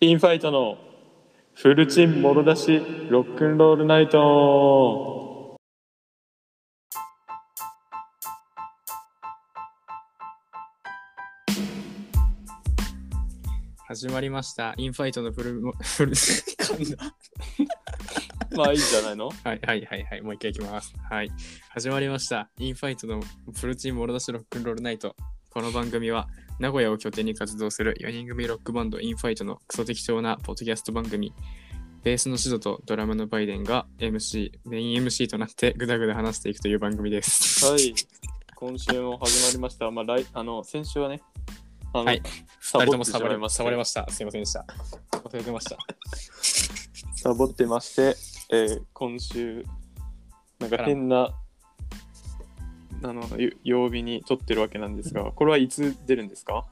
インファイトのフルチンもろ出しロックンロールナイト始まりました。インファイトのフル、フル、噛んだまあいいんじゃないのはいはいはいはい。もう一回いきます。はい。始まりました。インファイトのフルチームモロダシロックンロールナイト。この番組は、名古屋を拠点に活動する4人組ロックバンドインファイトのクソ適当なポッドキャスト番組。ベースのシドとドラムのバイデンが MC、メイン MC となってグダグダ話していくという番組です。はい今週も始まりましたまあ来あの先週はねあの、はいサ二ボっ人ともてしサまボいれままししたた。サボれました。すいませんでした。忘れてました。サボってまして、えー今週なんか変なあのゆ曜日に撮ってるわけなんですがこれはいつ出るんですか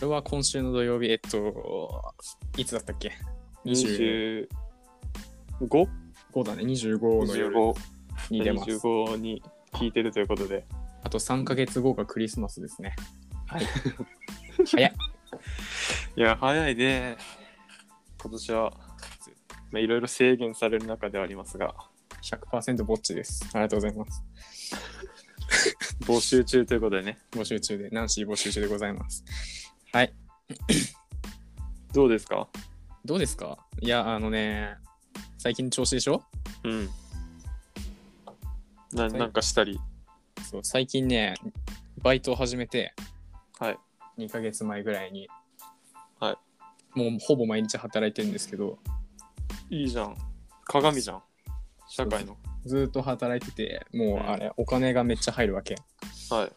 これは今週の土曜日、えっと、いつだったっけ ?25 25? だね、25の夜25に出ます。 25に聞いてるということであと3ヶ月後がクリスマスですね。いや、早いね。今年は、まあ、いろいろ制限される中ではありますが、 100%ぼっちです。ありがとうございます。募集中ということでね、募集中で、ナンシー募集中でございます。はい。どうですかどうですかいや、あのね、最近調子でしょうん。なはいなんかしたり、そう、最近ね、バイトを始めてはい。 2ヶ月前ぐらいに、はい。もうほぼ毎日働いてるんですけど、いいじゃん。鏡じゃん。社会の。ずーっと働いてて、もうあれ、お金がめっちゃ入るわけ。はい。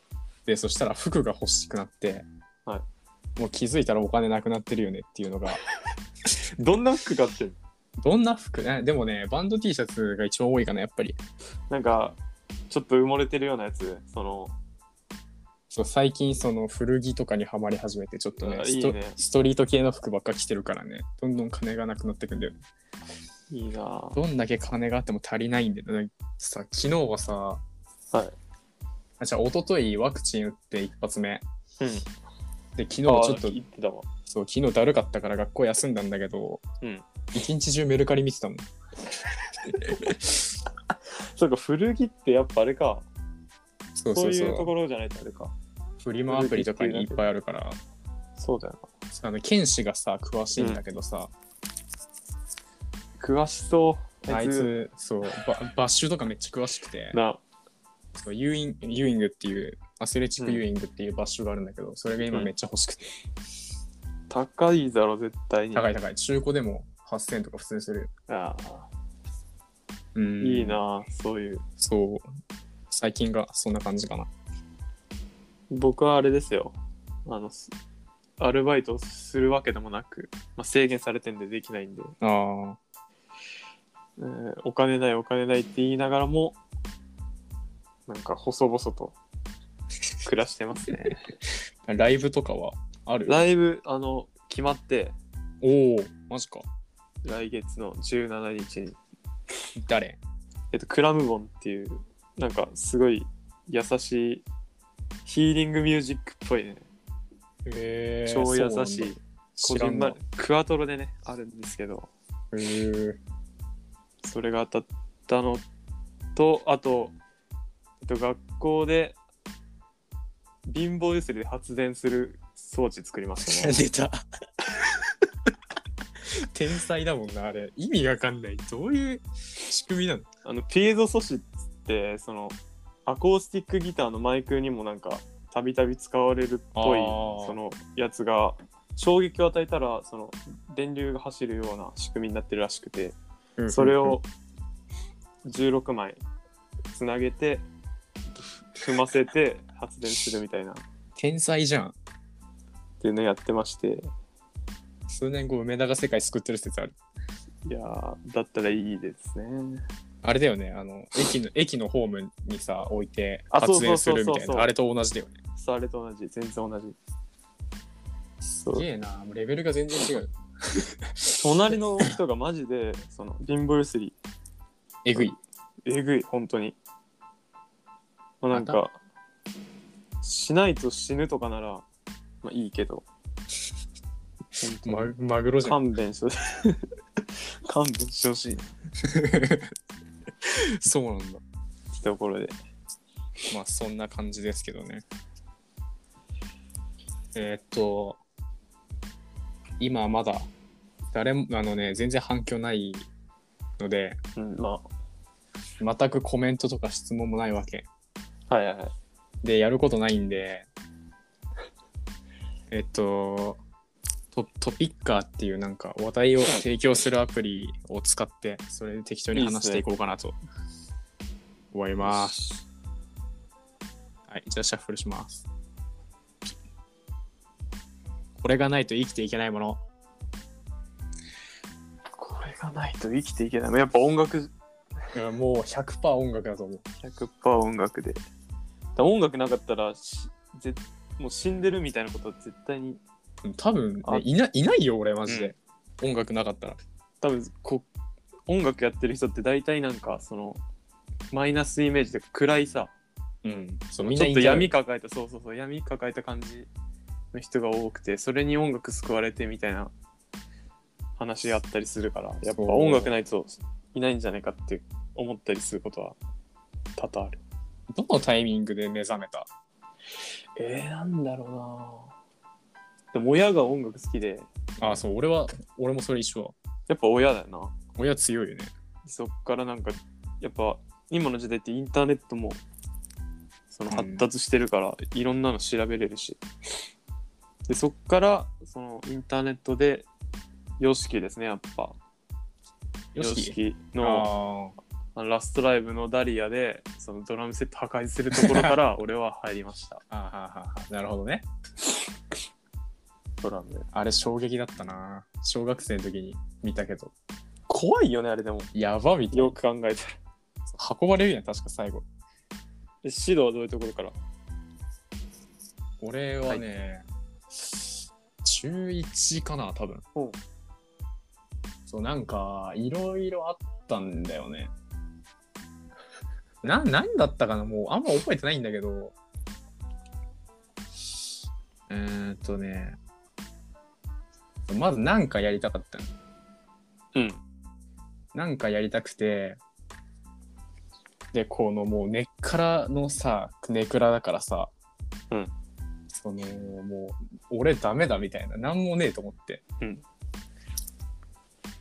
で、そしたら服が欲しくなって、はもう気づいたらお金なくなってるよねっていうのが、どんな服買ってるどんな服ね、でもね、バンド T シャツが一番多いかな、やっぱり。なんか、ちょっと埋もれてるようなやつ、その、そう最近その古着とかにはまり始めてちょっとねあストいいねストリート系の服ばっか着てるからねどんどん金がなくなってくんだよいいなぁどんだけ金があっても足りないんだよねさ昨日はさ、はいあじゃあ一昨日ワクチン打って一発目うん。で昨日ちあょちょっっとと言ってたわ。そう昨日だるかったから学校休んだんだけどうん。一日中メルカリ見てたもんそうか、古着ってやっぱあれか。そうそそうういそううところじゃないとあれか。フリマアプリとかにいっぱいあるからそうだよな。あの剣士がさ詳しいんだけどさ、詳しそう。あいつそうババッシュとかめっちゃ詳しくてな、そうユーインユーイングっていうアスレチックユーイングっていう場所があるんだけど、それが今めっちゃ欲しくて、高いだろ、絶対に。高い高い中古でも8000とか普通にする、あうーんいいな、そういう。そう最近がそんな感じかな僕はあれですよ。あの、すアルバイトするわけでもなく、まあ、制限されてんでできないんで、あーえーお金ないお金ないって言いながらも、なんか細々と暮らしてます ね。ライブとかはあるライブ、あの、決まって、おおマジか来月の17日に、誰えっと、クラムボンっていう、なんかすごい優しい、ヒーリングミュージックっぽいね。へー超優しい。そうなんだこじんまりクワトロでねあるんですけど知らんな へそれが当たったのとあと、えっと、学校で貧乏ゆすりで発電する装置作りました えね出た天才だもんなあれ意味わかんないどういう仕組みなのあのピエゾ素子ってそのアコースティックギターのマイクにもなんかたびたび使われるっぽいあーそのやつが衝撃を与えたらその電流が走るような仕組みになってるらしくてそれを16枚つなげて踏ませて発電するみたいなっ天才じゃんていうのやってまして数年後梅田が世界救ってる説あるいやーだったらいいですねあれだよねあの 駅の駅のホームにさ置いてあそうそ発う電そすうそうるみたいなあれと同じだよねそうあれと同じ全然同じすうげえなレベルが全然違う隣の人がマジでその貧乏ゆすりえぐいえぐい本当にまあなんかしないと死ぬとかならまあいいけど本当にママグロじゃ 勘ん。弁して勘弁してほしいっそうなんだ。てところでまあそんな感じですけどね。えーっと、今まだ誰も、あのね、全然反響ないので、うんま全くコメントとか質問もないわけ。あはいはいはいで、やることないんで、 えっと、トトピッカーっていうなんか話題を提供するアプリを使って、それで適当に話していこうかなと思います。はい、じゃあシャッフルします。これがないと生きていけないもの。これがないと生きていけないやっぱ音楽うんもう100%音楽だと思う。 100%音楽でだから音楽なかったらしぜもう死んでるみたいなことは絶対にうん多分、ねあいないないよ、俺、マジで。音楽なかったら。多分こ音楽やってる人って大体なんかそのマイナスイメージで暗いさうん。そう、みんちなょっと陰キャ闇抱えたそうそうそう闇抱えた感じの人が多くてそれに音楽救われてみたいな話あったりするからやっぱ音楽ないといないんじゃないかって思ったりすることは多々あるどのタイミングで目覚めたえー、なんだろうなでも親が音楽好きであ、そう、俺は、俺もそれ一緒だ。やっぱ親だよな親強いよね。そっからなんかやっぱ今の時代ってインターネットもそのうん発達してるから、いろんなの調べれるしでそっからそのインターネットで YOSHIKI ですねやっぱよしき。 YOSHIKI のああ、あのラストライブのダリアでそのドラムセット破壊するところから 俺は入りましたあーはーはーはーなるほどね。ドラムであれ、衝撃だったな。小学生の時に見たけど。怖いよねあれでもやばみたいなよ。く考えたら運ばれるやん、確か最後。でシドはどういうところから俺はね、中1かな多分うんそうなんかいろいろあったんだよ ねな何だったかなもうあんま覚えてないんだけどえー、っとねまず何かやりたかったのうんなんかやりたくてでこのもう根っからのさ根っからだからさ、うんそのもう俺ダメだみたいな何もねえと思って、うん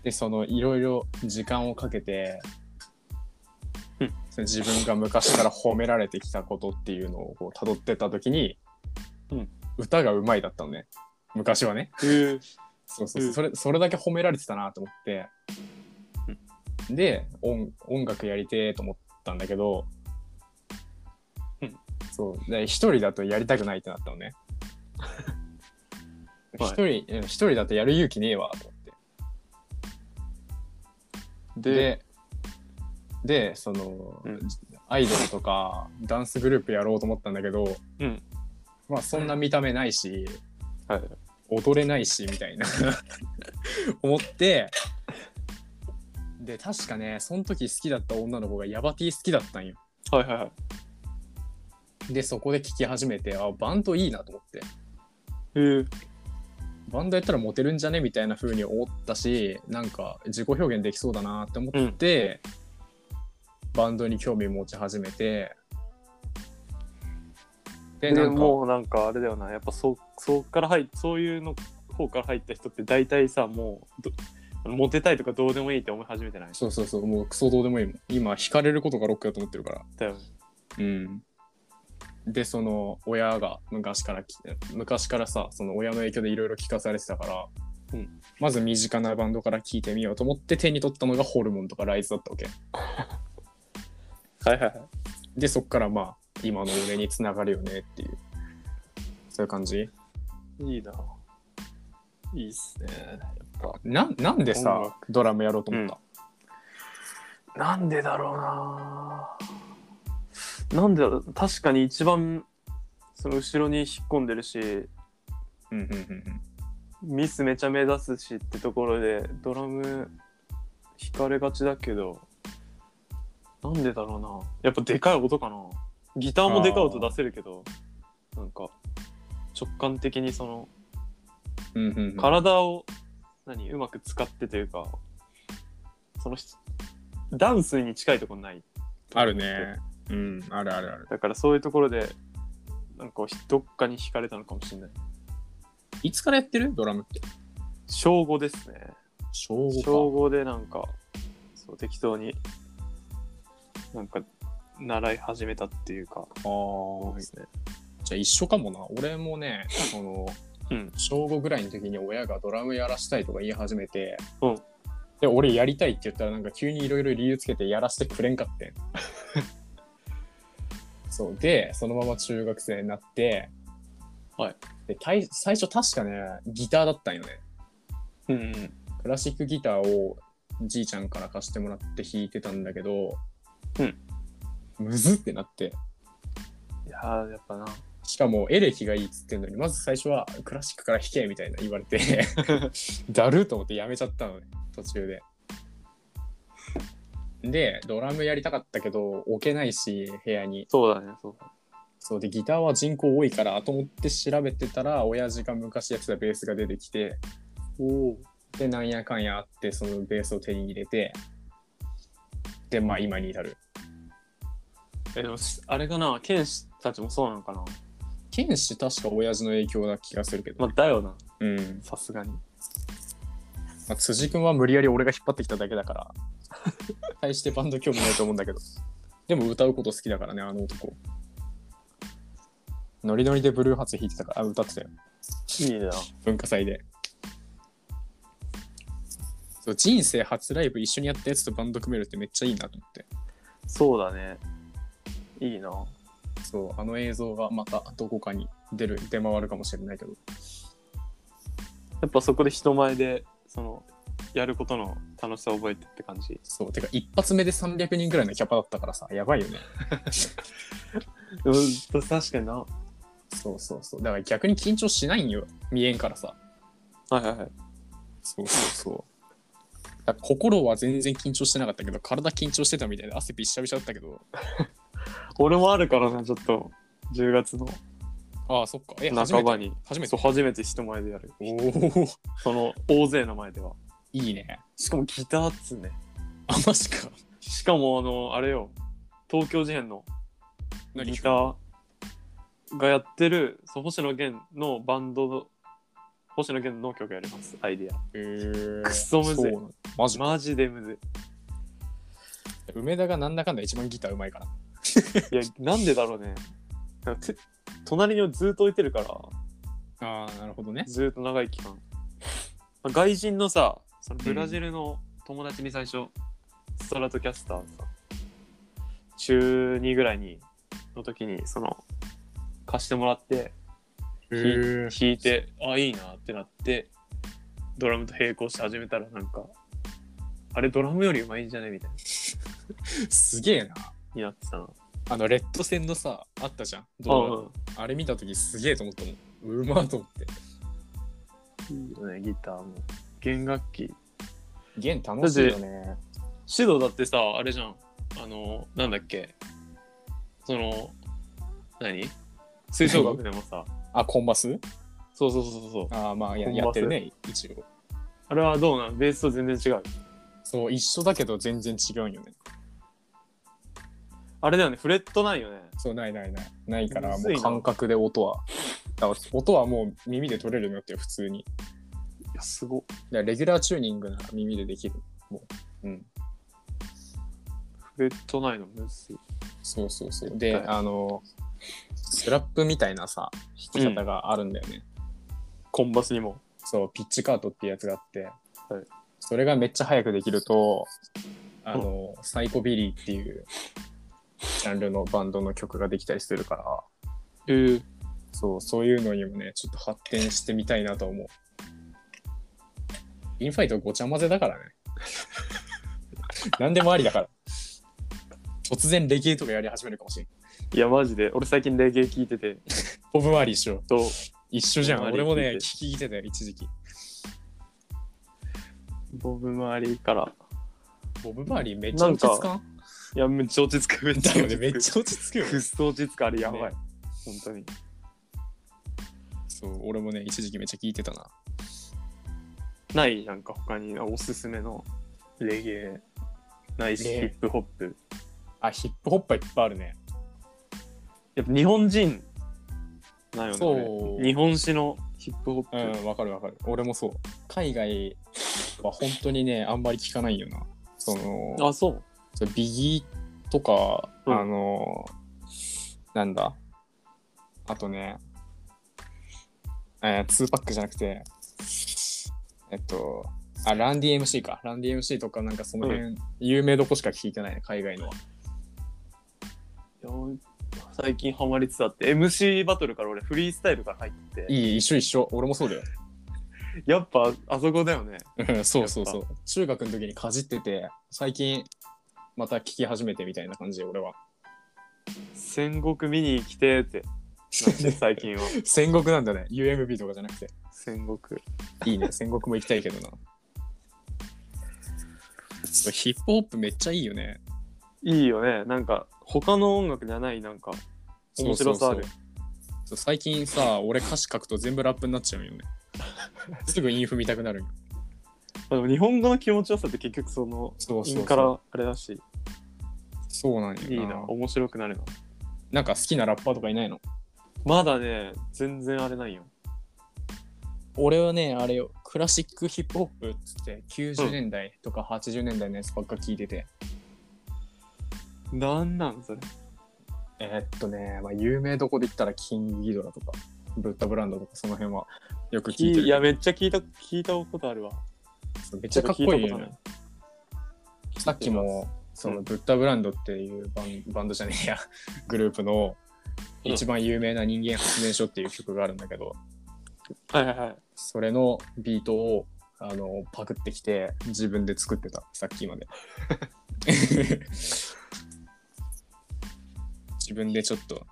でそのいろいろ時間をかけて、うんその自分が昔から褒められてきたことっていうのをこう辿ってった時に、うん歌がうまいだったのね昔はねへーそうそううんそれそれだけ褒められてたなと思って、で音音楽やりてえと思ったんだけど、うんそうで一人だとやりたくないってなったのね一はい人うん一人だとやる勇気ねえわと思ってでででその、うんアイドルとかダンスグループやろうと思ったんだけど、うんまあそんな見た目ないし、はい踊れないし みたいな思ってで確かねその時好きだった女の子がヤバティ好きだったんよはいはいはいでそこで聴き始めてあバンドいいなと思ってへーバンドやったらモテるんじゃねみたいな風に思ったしなんか自己表現できそうだなって思って、バンドに興味持ち始めてででなんかもうなんかあれだよなやっぱそうそうから入っそういうの方から入った人って大体さもうどモテたいとかどうでもいいって思い始めてないそうそうそうもうクソどうでもいいもん今惹かれることがロックだと思ってるからだよねうん、でその親が昔からき昔からさその親の影響でいろいろ聞かされてたから、うんまず身近なバンドから聞いてみようと思って手に取ったのがホルモンとかライズだったわけはいはいはいでそっからまあ今の俺につながるよねっていうそういう感じいいないいっすねやっぱななんで音さ楽ドラムやろうと思った、なんでだろうななんでだろう確かに一番その後ろに引っ込んでるしうん、うんうんうんミスめちゃ目指すしってところでドラム引かれがちだけどなんでだろうなやっぱでかい音かなギターもでかい音出せるけどなんか直感的にそのうんうんうん体を何うまく使ってというかそのひダンスに近いところないあるね。うん、あるあるある。だからそういうところでなんかこうひどっかに惹かれたのかもしれないいつからやってるドラムって。小5ですね小5か。小5でなんかそう適当になんか習い始めたっていうかあそうあで、すねじゃあ一緒かもな。俺もね、その、うん小5ぐらいの時に親がドラムやらしたいとか言い始めて、うんで、俺やりたいって言ったらなんか急にいろいろ理由つけてやらせてくれんかってん。 そう。で、そのまま中学生になって、はい。で、たい最初確かね、ギターだったんよね。うんうんクラシックギターをじいちゃんから貸してもらって弾いてたんだけど、うん。むずってなって。いやーやっぱなしかもエレキがいいっつってんのにまず最初はクラシックから弾けみたいな言われて だるっと思ってやめちゃったのね途中で。でドラムやりたかったけど置けないし部屋にそうだねそうだねそうでギターは人口多いからと思って調べてたら親父が昔やってたベースが出てきておおでなんやかんやあってそのベースを手に入れてでまあ今に至るえでもしあれかな剣士たちもそうなのかな剣士確か親父の影響な気がするけど、まあだよなうん、さすがにまあ、辻君は無理やり俺が引っ張ってきただけだから 大してバンド興味ないと思うんだけどでも歌うこと好きだからねあの男ノリノリでブルーハーツ弾いてたからあ歌ってたよいいな文化祭でそう人生初ライブ一緒にやったやつとバンド組めるってめっちゃいいなと思ってそうだねいいなそうあの映像がまたどこかに出る出回るかもしれないけどやっぱそこで人前でそのやることの楽しさを覚えてって感じそうてか一発目で300人ぐらいのキャパだったからさやばいよねうん確かになはそうそうそうだから逆に緊張しないんよ見えんからさいはいはいそうそうそう。だから心は全然緊張してなかったけど、体緊張してたみたいで汗びっしゃびしゃだったけど。俺もあるからなちょっと10月のああ、そっか。え、初め半ばて。に初めそてう。初めて人前でやるおお、その大勢の前ではいいね。しかもギターっつうねあ、マジか。しかもあのあれよ東京事変の何ギターがやってるそう星野源のバンドの星野源の曲やりますアイディアえー、くそむずいそうなのマジか。マジでむずい梅田がなんだかんだ一番ギターうまいから。いや、なんでだろうね。なんかて隣にずっと置いてるから、ああ、なるほどね。ずっと長い期間。まあ外人のさ、そのブラジルの友達に最初、ストラトキャスターさ、中2ぐらいに、の時に、その、貸してもらって、えー弾いて、あ、いいなってなって、ドラムと並行して始めたら、なんか、あれドラムより上手いんじゃねみたいな、すげえな。になってたな。あの、レッド線のさ、あったじゃん。あ動画あれ見たときすげえと思ったもん。うまーと思って。いいよね、ギターも。弦楽器弦楽しいよね。シドだってさあれじゃんあのなんだっけその何吹奏楽でもさあ、コンバスそうそうそうそうああ、まあやコンバスやってるね、一応。あれはどうなんベースと全然違うそう、一緒だけど全然違うんよね。あれだよねフレットないよねそう、ないないない。ないから、むもずいうな感覚で音は。だから音はもう耳で取れるようになってる、普通に。だかいやすごらレギュラーチューニングなら耳でできる。もう。うん。フレットないのむずいそうそうそ絶う。対で、あの、スラップみたいなさ、弾き方があるんだよね。コンバスにもそう、ピッチカートっていうやつがあって、はいそれがめっちゃ早くできると、あの、サイコビリーっていうジャンルのバンドの曲ができたりするから、えー、そう、そういうのにもね、ちょっと発展してみたいなと思う。インファイトごちゃ混ぜだから ね。何でもありだから。突然レゲエとかやり始めるかもしれん。いやマジで俺最近レゲエ聞いててボブマーリーしよう。と一緒じゃん。ボブマー俺リーもね、聞いて聞きてたよ、一時期。ボブ周りからボブマーリーめっちゃ落ち着かんいやめっちゃ落ち着くめっちゃだよ落ね、ち着くめっちゃ落ち着くよねくっ。そ落ち着くあれやばい、ね本当にそう、俺もね、一時期めっちゃ聞いてたな。ないなんか他におすすめのレゲエないしレゲエヒップホップあ、ヒップホップはいっぱいあるね。やっぱ日本人なよねそう日本史のヒップホップ、うん、わかるわかる。俺もそう。海外は本当にね、あんまり聞かないよな。その、あそうそうビギーとか、うんあの、なんだ。あとね、えー、2パックじゃなくて、えっと、あ、ランディ MC か。ランディ MC とか、なんかその辺、有名どこしか聞いてないね、海外のは。いや最近ハマりつつあって MC バトルから俺フリースタイルから入ってていい、一緒一緒。俺もそうだよ。やっぱあそこだよねうんそうそうそう。中学の時にかじってて、最近、また聞き始めてみたいな感じ、俺は。戦国見に来てってなって最近 は戦国なんだね UMB とかじゃなくて戦国いいね戦国も行きたいけどな ヒップホップめっちゃいいよねいいよねなんか他の音楽じゃないなんか面白さあるそうそうそう最近さ俺歌詞書くと全部ラップになっちゃ うよねすぐインフ見たくなるよまあでも日本語の気持ちよさって結局そのそうそう韻そうからあれだしそうなんよいいな面白くなるななんか好きなラッパーとかいないのまだね全然あれないよ俺はねあれよクラシックヒップホップっつって90年代とか80年代のやつばっか聞いてて、なんなんそれえーっとね、まあ、有名どこで言ったらキングギドラとかブッダブランドとかその辺はよく聞いてるけどいやめっちゃ聞いた聞いたことあるわめっちゃかっこいいよ聞たねこ。さっきも、そのブッダブランドっていうバンバンドじゃねえや、 グループのうん一番有名な人間発明書っていう曲があるんだけど、とないはいはいはいそれのビートをあのパクってきて自分で作ってた、さっきまで。 自分でちょっと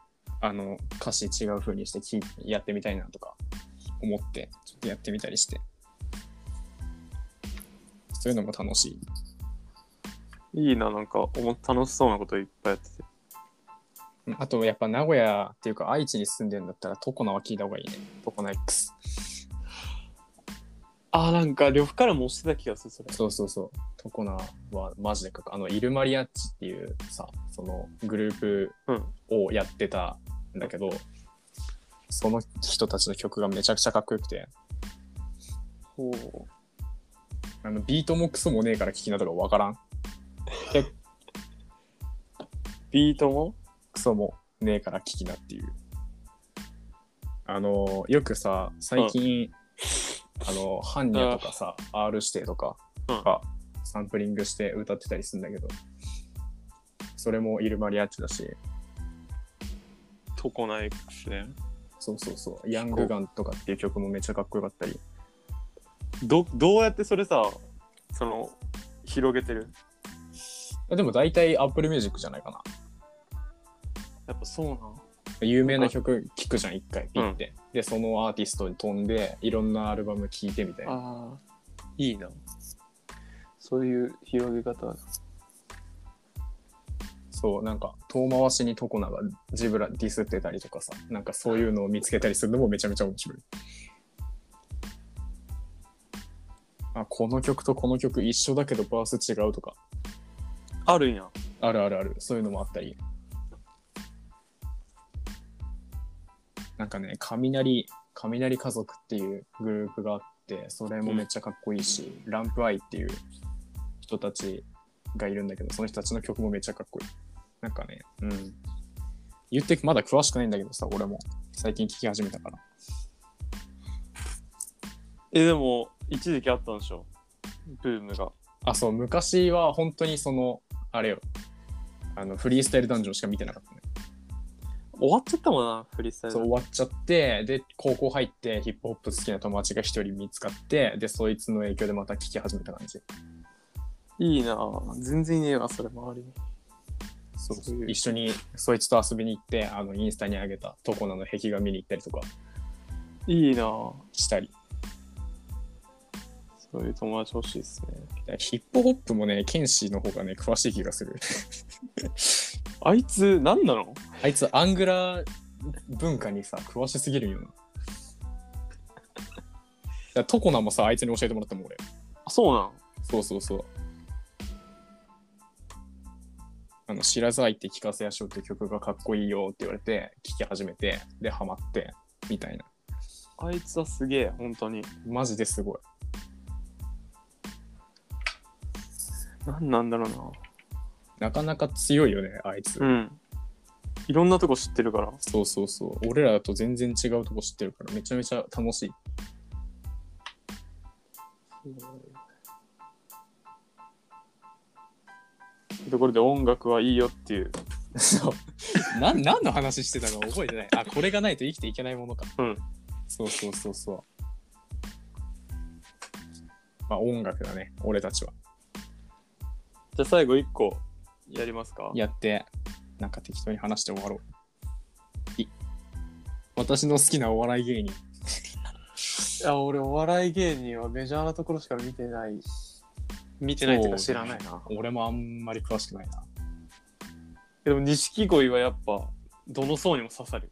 あの歌詞違う風にして聴いやってみたいなとか思ってちょっとやってみたりしてそういうのも楽しいいいななんかおも楽しそうなこといっぱいやっててうんあとやっぱ名古屋っていうか愛知に住んでるんだったらトコナは聞いた方がいいね。トコナ X。あーなんか呂布からも押してた気がするそれそうそうそう。トコナはマジでかっこあのイルマリアッチっていうさ、そのグループうんをやってたんだけど、その人たちの曲がめちゃくちゃかっこよくて、ほうあのビートもクソもねえから聞きなとかわからん。ビートもクソもねえから聞きなっていう。あの、よくさ、最近、あの、ハンニャとかさ、R 指定とかうんがサンプリングして歌ってたりするんだけど、それもイルマリアッチだし、トコナイクスねそうそうそう、ヤングガンとかっていう曲もめっちゃかっこよかったり、どどうやってそれさその広げてるでも大体 Apple Music じゃないかな。やっぱそうなん有名な曲聴くじゃん、一回ピッて、で、そのアーティストに飛んで、いろんなアルバム聴いてみたいな。ああいいなそういう広げ方そう、なんか遠回しにトコナがジブラディスってたりとかさ、なんかそういうのを見つけたりするのもめちゃめちゃ面白い。あ、この曲とこの曲一緒だけどバース違うとか、あるんやあるあるある、そういうのもあったり。なんかね、雷、雷家族っていうグループがあって、それもめっちゃかっこいいし、ランプアイっていう人たちがいるんだけど、その人たちの曲もめっちゃかっこいい。なんかね、うん。言ってまだ詳しくないんだけどさ、俺も。最近聞き始めたから。えでも一時期あったんでしょブームがあ、そう、昔は本当にその、あれよ、あの、フリースタイルダンジョンしか見てなかったね。終わっちゃったもんなフリースタイそうル終わっちゃってで高校入ってヒップホップ好きな友達が一人見つかってでそいつの影響でまた聴き始めた感じいいな全然いねえわそれ周りにそうそういう一緒にそいつと遊びに行ってあのインスタに上げたトコナの壁画見に行ったりとかいいなそしたりういう友達欲しいですねでヒップホップもね剣士の方がね詳しい気がするあいつ何なのあいつアングラ文化にさ詳しすぎるよなからトコナもさ、あいつに教えてもらったもん、俺。あそうなんそうそうそう。あの、知らざいって聞かせやしょうって曲がかっこいいよって言われて、聴き始めて、で、ハマって、みたいな。あいつはすげえ本当にマジですごい。何なんだろなかなか強いよね、あいつ。うなうんいろんなとこ知ってるからそうそうそう。俺らと全然違うとこ知ってるから、めちゃめちゃ楽しい。ところで音楽はいいよっていうそう。 な何の話してたか覚えてない。あ、これがないと生きていけないものか。うん。そうそうそうそう。まあ音楽だね、俺たちは。じゃあ最後一個やりますかやって、なんか適当に話して終わろう。い私の好きなお笑い芸人。いや俺お笑い芸人はメジャーなところしか見てない見てないっていうか知らないな俺もあんまり詳しくないな。でも錦鯉はやっぱどの層にも刺さる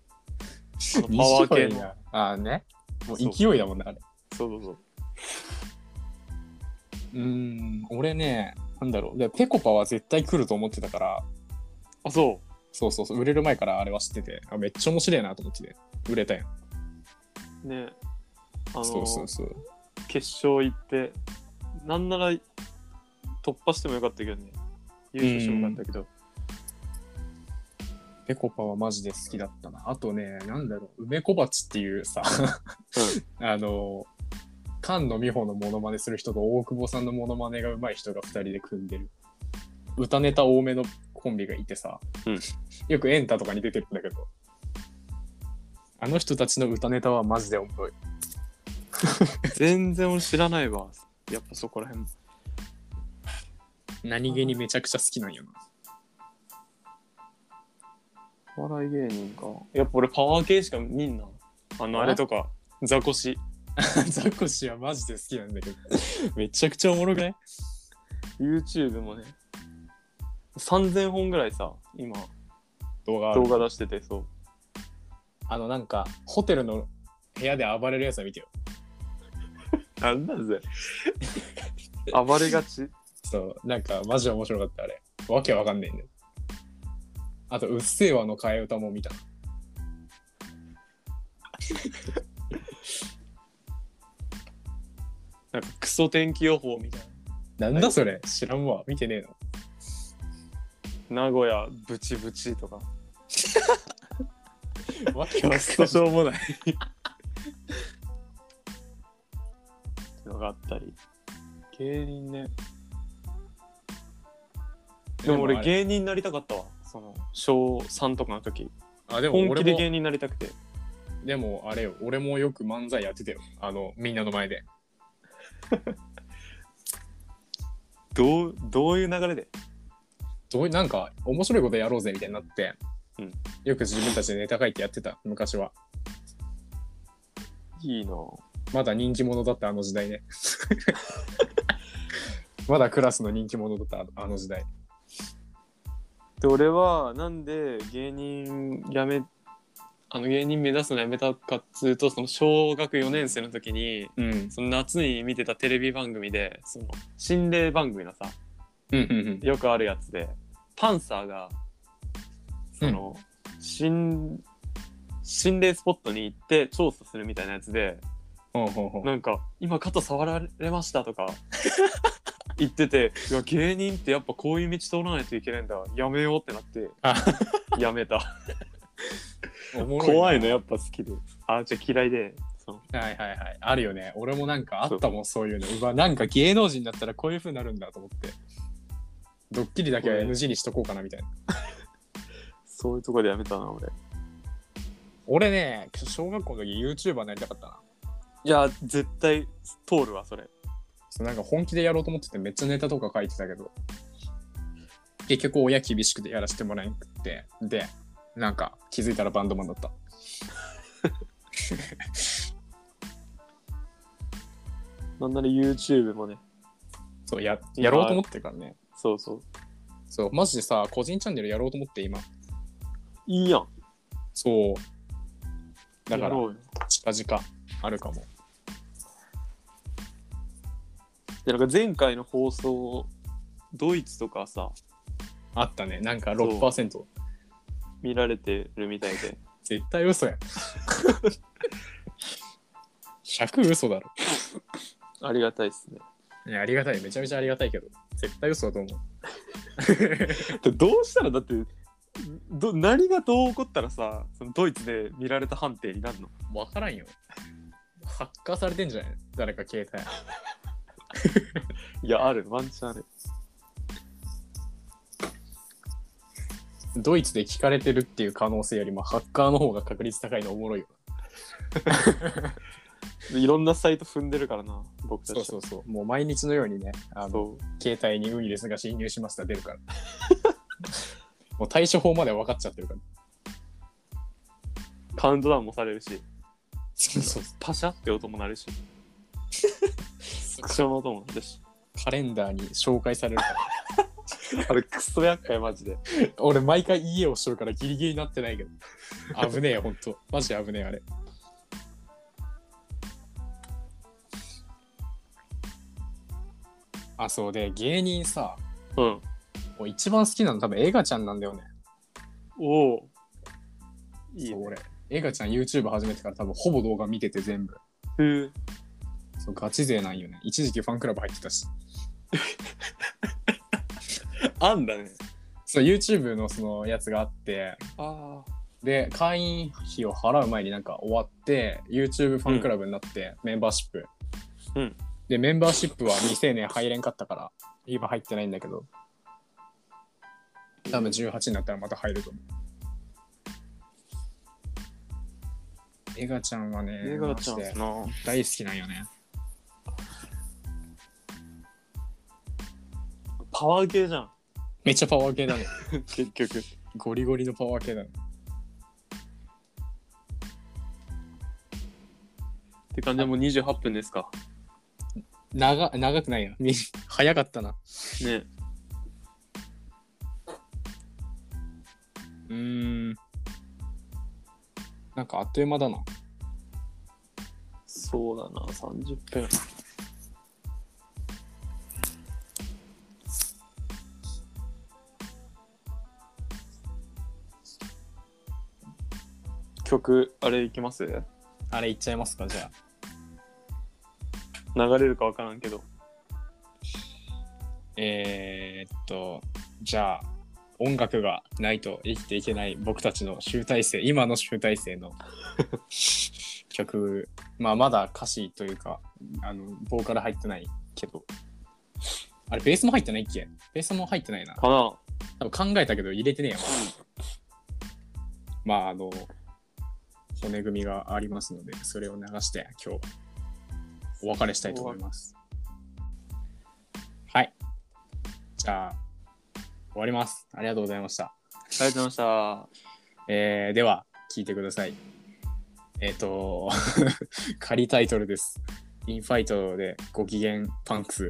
あのパワ ー系のの。ああね。もう勢いだもんね、あれ。そうそうそううーん、俺ね、なんだろう。でペコパは絶対来ると思ってたから、あそそうそうそう、売れる前からあれは知ってて、あめっちゃ面白いなと思ってて、売れたやん。うねあのそうそうそう。決勝行ってなんなら突破してもよかったけどね優勝してもよかったけどペコパはマジで好きだったな。あとね、なんだろう、梅小鉢っていうさ、 あの、菅野美穂のモノマネする人と大久保さんのモノマネが上手い人が2人で組んでる。歌ネタ多めのコンビがいてさ、うんよくエンタとかに出てるんだけど、あの人たちの歌ネタはマジでおもろい。全然俺知らないわやっぱそこら辺何気にめちゃくちゃ好きなんよな。お笑い芸人かやっぱ俺パワー系しか見んなあのあれとかザコシ ザコシはマジで好きなんだけど、めちゃくちゃおもろくない YouTube もね3000本ぐらいさ今動画ある動画出しててそうあのなんか、ホテルの部屋で暴れるやつは見てよ。なんだ ぜ暴れがちそう、なんかマジで面白かった、あれ。わけわかんないんだよ。あと、うっせぇわの替え歌も見た。なんかクソ天気予報みたいなんだそれ知らんわ。見てねえの。な名古屋ブチブチとかわけわクソかんしない。ょうもないのがあったり芸人ねでも俺あれ芸人になりたかったわその小3とかの時あ、でも本俺気もで芸人になりたくてでもあれよ、俺もよく漫才やってたよ。あの、みんなの前で。どうどういう流れでどういなんか、面白いことやろうぜみたいになって、うんよく自分たちでネタ書いてやってた、昔は。いいなまだ人気者だったあの時代ね。 まだクラスの人気者だったあの時代。で俺はなんで芸人やめあの芸人目指すのやめたかっつうとその小学4年生の時にうん。うんその夏に見てたテレビ番組でその心霊番組のさうんうん。よくあるやつでパンサーがその、心心霊スポットに行って調査するみたいなやつでほうほうほうなんか「今肩触られました」と か言ってて「いや芸人ってやっぱこういう道通らないといけないんだやめよう」ってなってあやめたおもろ 怖いねのやっぱ好きであじゃあ嫌いでそのはいはいはい。あるよね。俺もなんかあったもん、そういうの。うわ、なんか芸能人だったらこういう風になるんだと思って。ドッキリだけは NG にしとこうかなみたいな。そういうとこでやめたな俺俺ね、小学校の時 YouTuber になりたかったな。いや絶対通るわそれそうなんか本気でやろうと思っててめっちゃネタとか書いてたけど結局親厳しくてやらせてもらえんくってでなんか気づいたらバンドマンだったなんなら YouTube もねそうややろうと思ってるからねそうそうそうマジでさ個人チャンネルやろうと思って今いいやんそうだかやろらうよ近々あるかもでなんか前回の放送ドイツとかさあったね。なんか6%。見られてるみたいで絶対嘘 やん。100嘘だろ。ありがたいですねいや、ありがたい。めちゃめちゃありがたいけど、絶対嘘だと思う。で どうしたらだってど何がどう起こったらさそのドイツで見られた判定になるのわからんよ。ハッカーされてんじゃない誰か携帯。いやあるワンチャンあるドイツで聞かれてるっていう可能性よりも、ハッカーの方が確率高いのおもろいよ。いろんなサイト踏んでるからな僕たちそはうそうそう。もう毎日のようにね、あの、そう携帯にウイルスが侵入しました出るから。 もう対処法まで分かっちゃってるから。カウントダウンもされるしそうそうパシャって音も鳴 るしスクショの音も鳴るしカレンダーに紹介されるから。あれクソ厄介マジで俺毎回家をしてるからギリギリになっ てないけど危ねえよほんとマジで危ねえあれあそうで芸人さうんもう一番好きなの多分エガちゃんなんだよねおおいいそうね俺エガちゃん YouTube 始めてから多分ほぼ動画見てて全部へーそうガチ勢なんよね一時期ファンクラブ入ってたしあんだねそう YouTube のそのやつがあってああで会員費を払う前になんか終わって YouTube ファンクラブになって、メンバーシップ、うんでメンバーシップは未成年入れんかったから今入ってないんだけど多分18になったらまた入ると思うエガちゃんはね映画ちゃんマジでな大好きなんよねパワー系じゃんめっちゃパワー系 だね結局ゴリゴリのパワー系だねって感じでもう28分ですか長長くないよ 早かったなねうーんなんかあっという間だなそうだな30分曲あれいきます流あれいっちゃいますかじゃあれるか分からんけどえーっと、じゃあ、音楽がないと生きていけない僕たちの集大成、今の集大成の曲、まあ、まだ歌詞というか、あの、ボーカル入ってないけど、あれ、ベースも入ってないっけベースも入ってないな。かな多分考えたけど入れてねえや、まだまあ、あの、骨組みがありますので、それを流して、今日はお別れしたいと思います。はい。じゃあ、終わります。ありがとうございました。ありがとうございましえーでは、聞いてください。えっ、 と、仮タイトルです。インファイトでご機嫌パンクス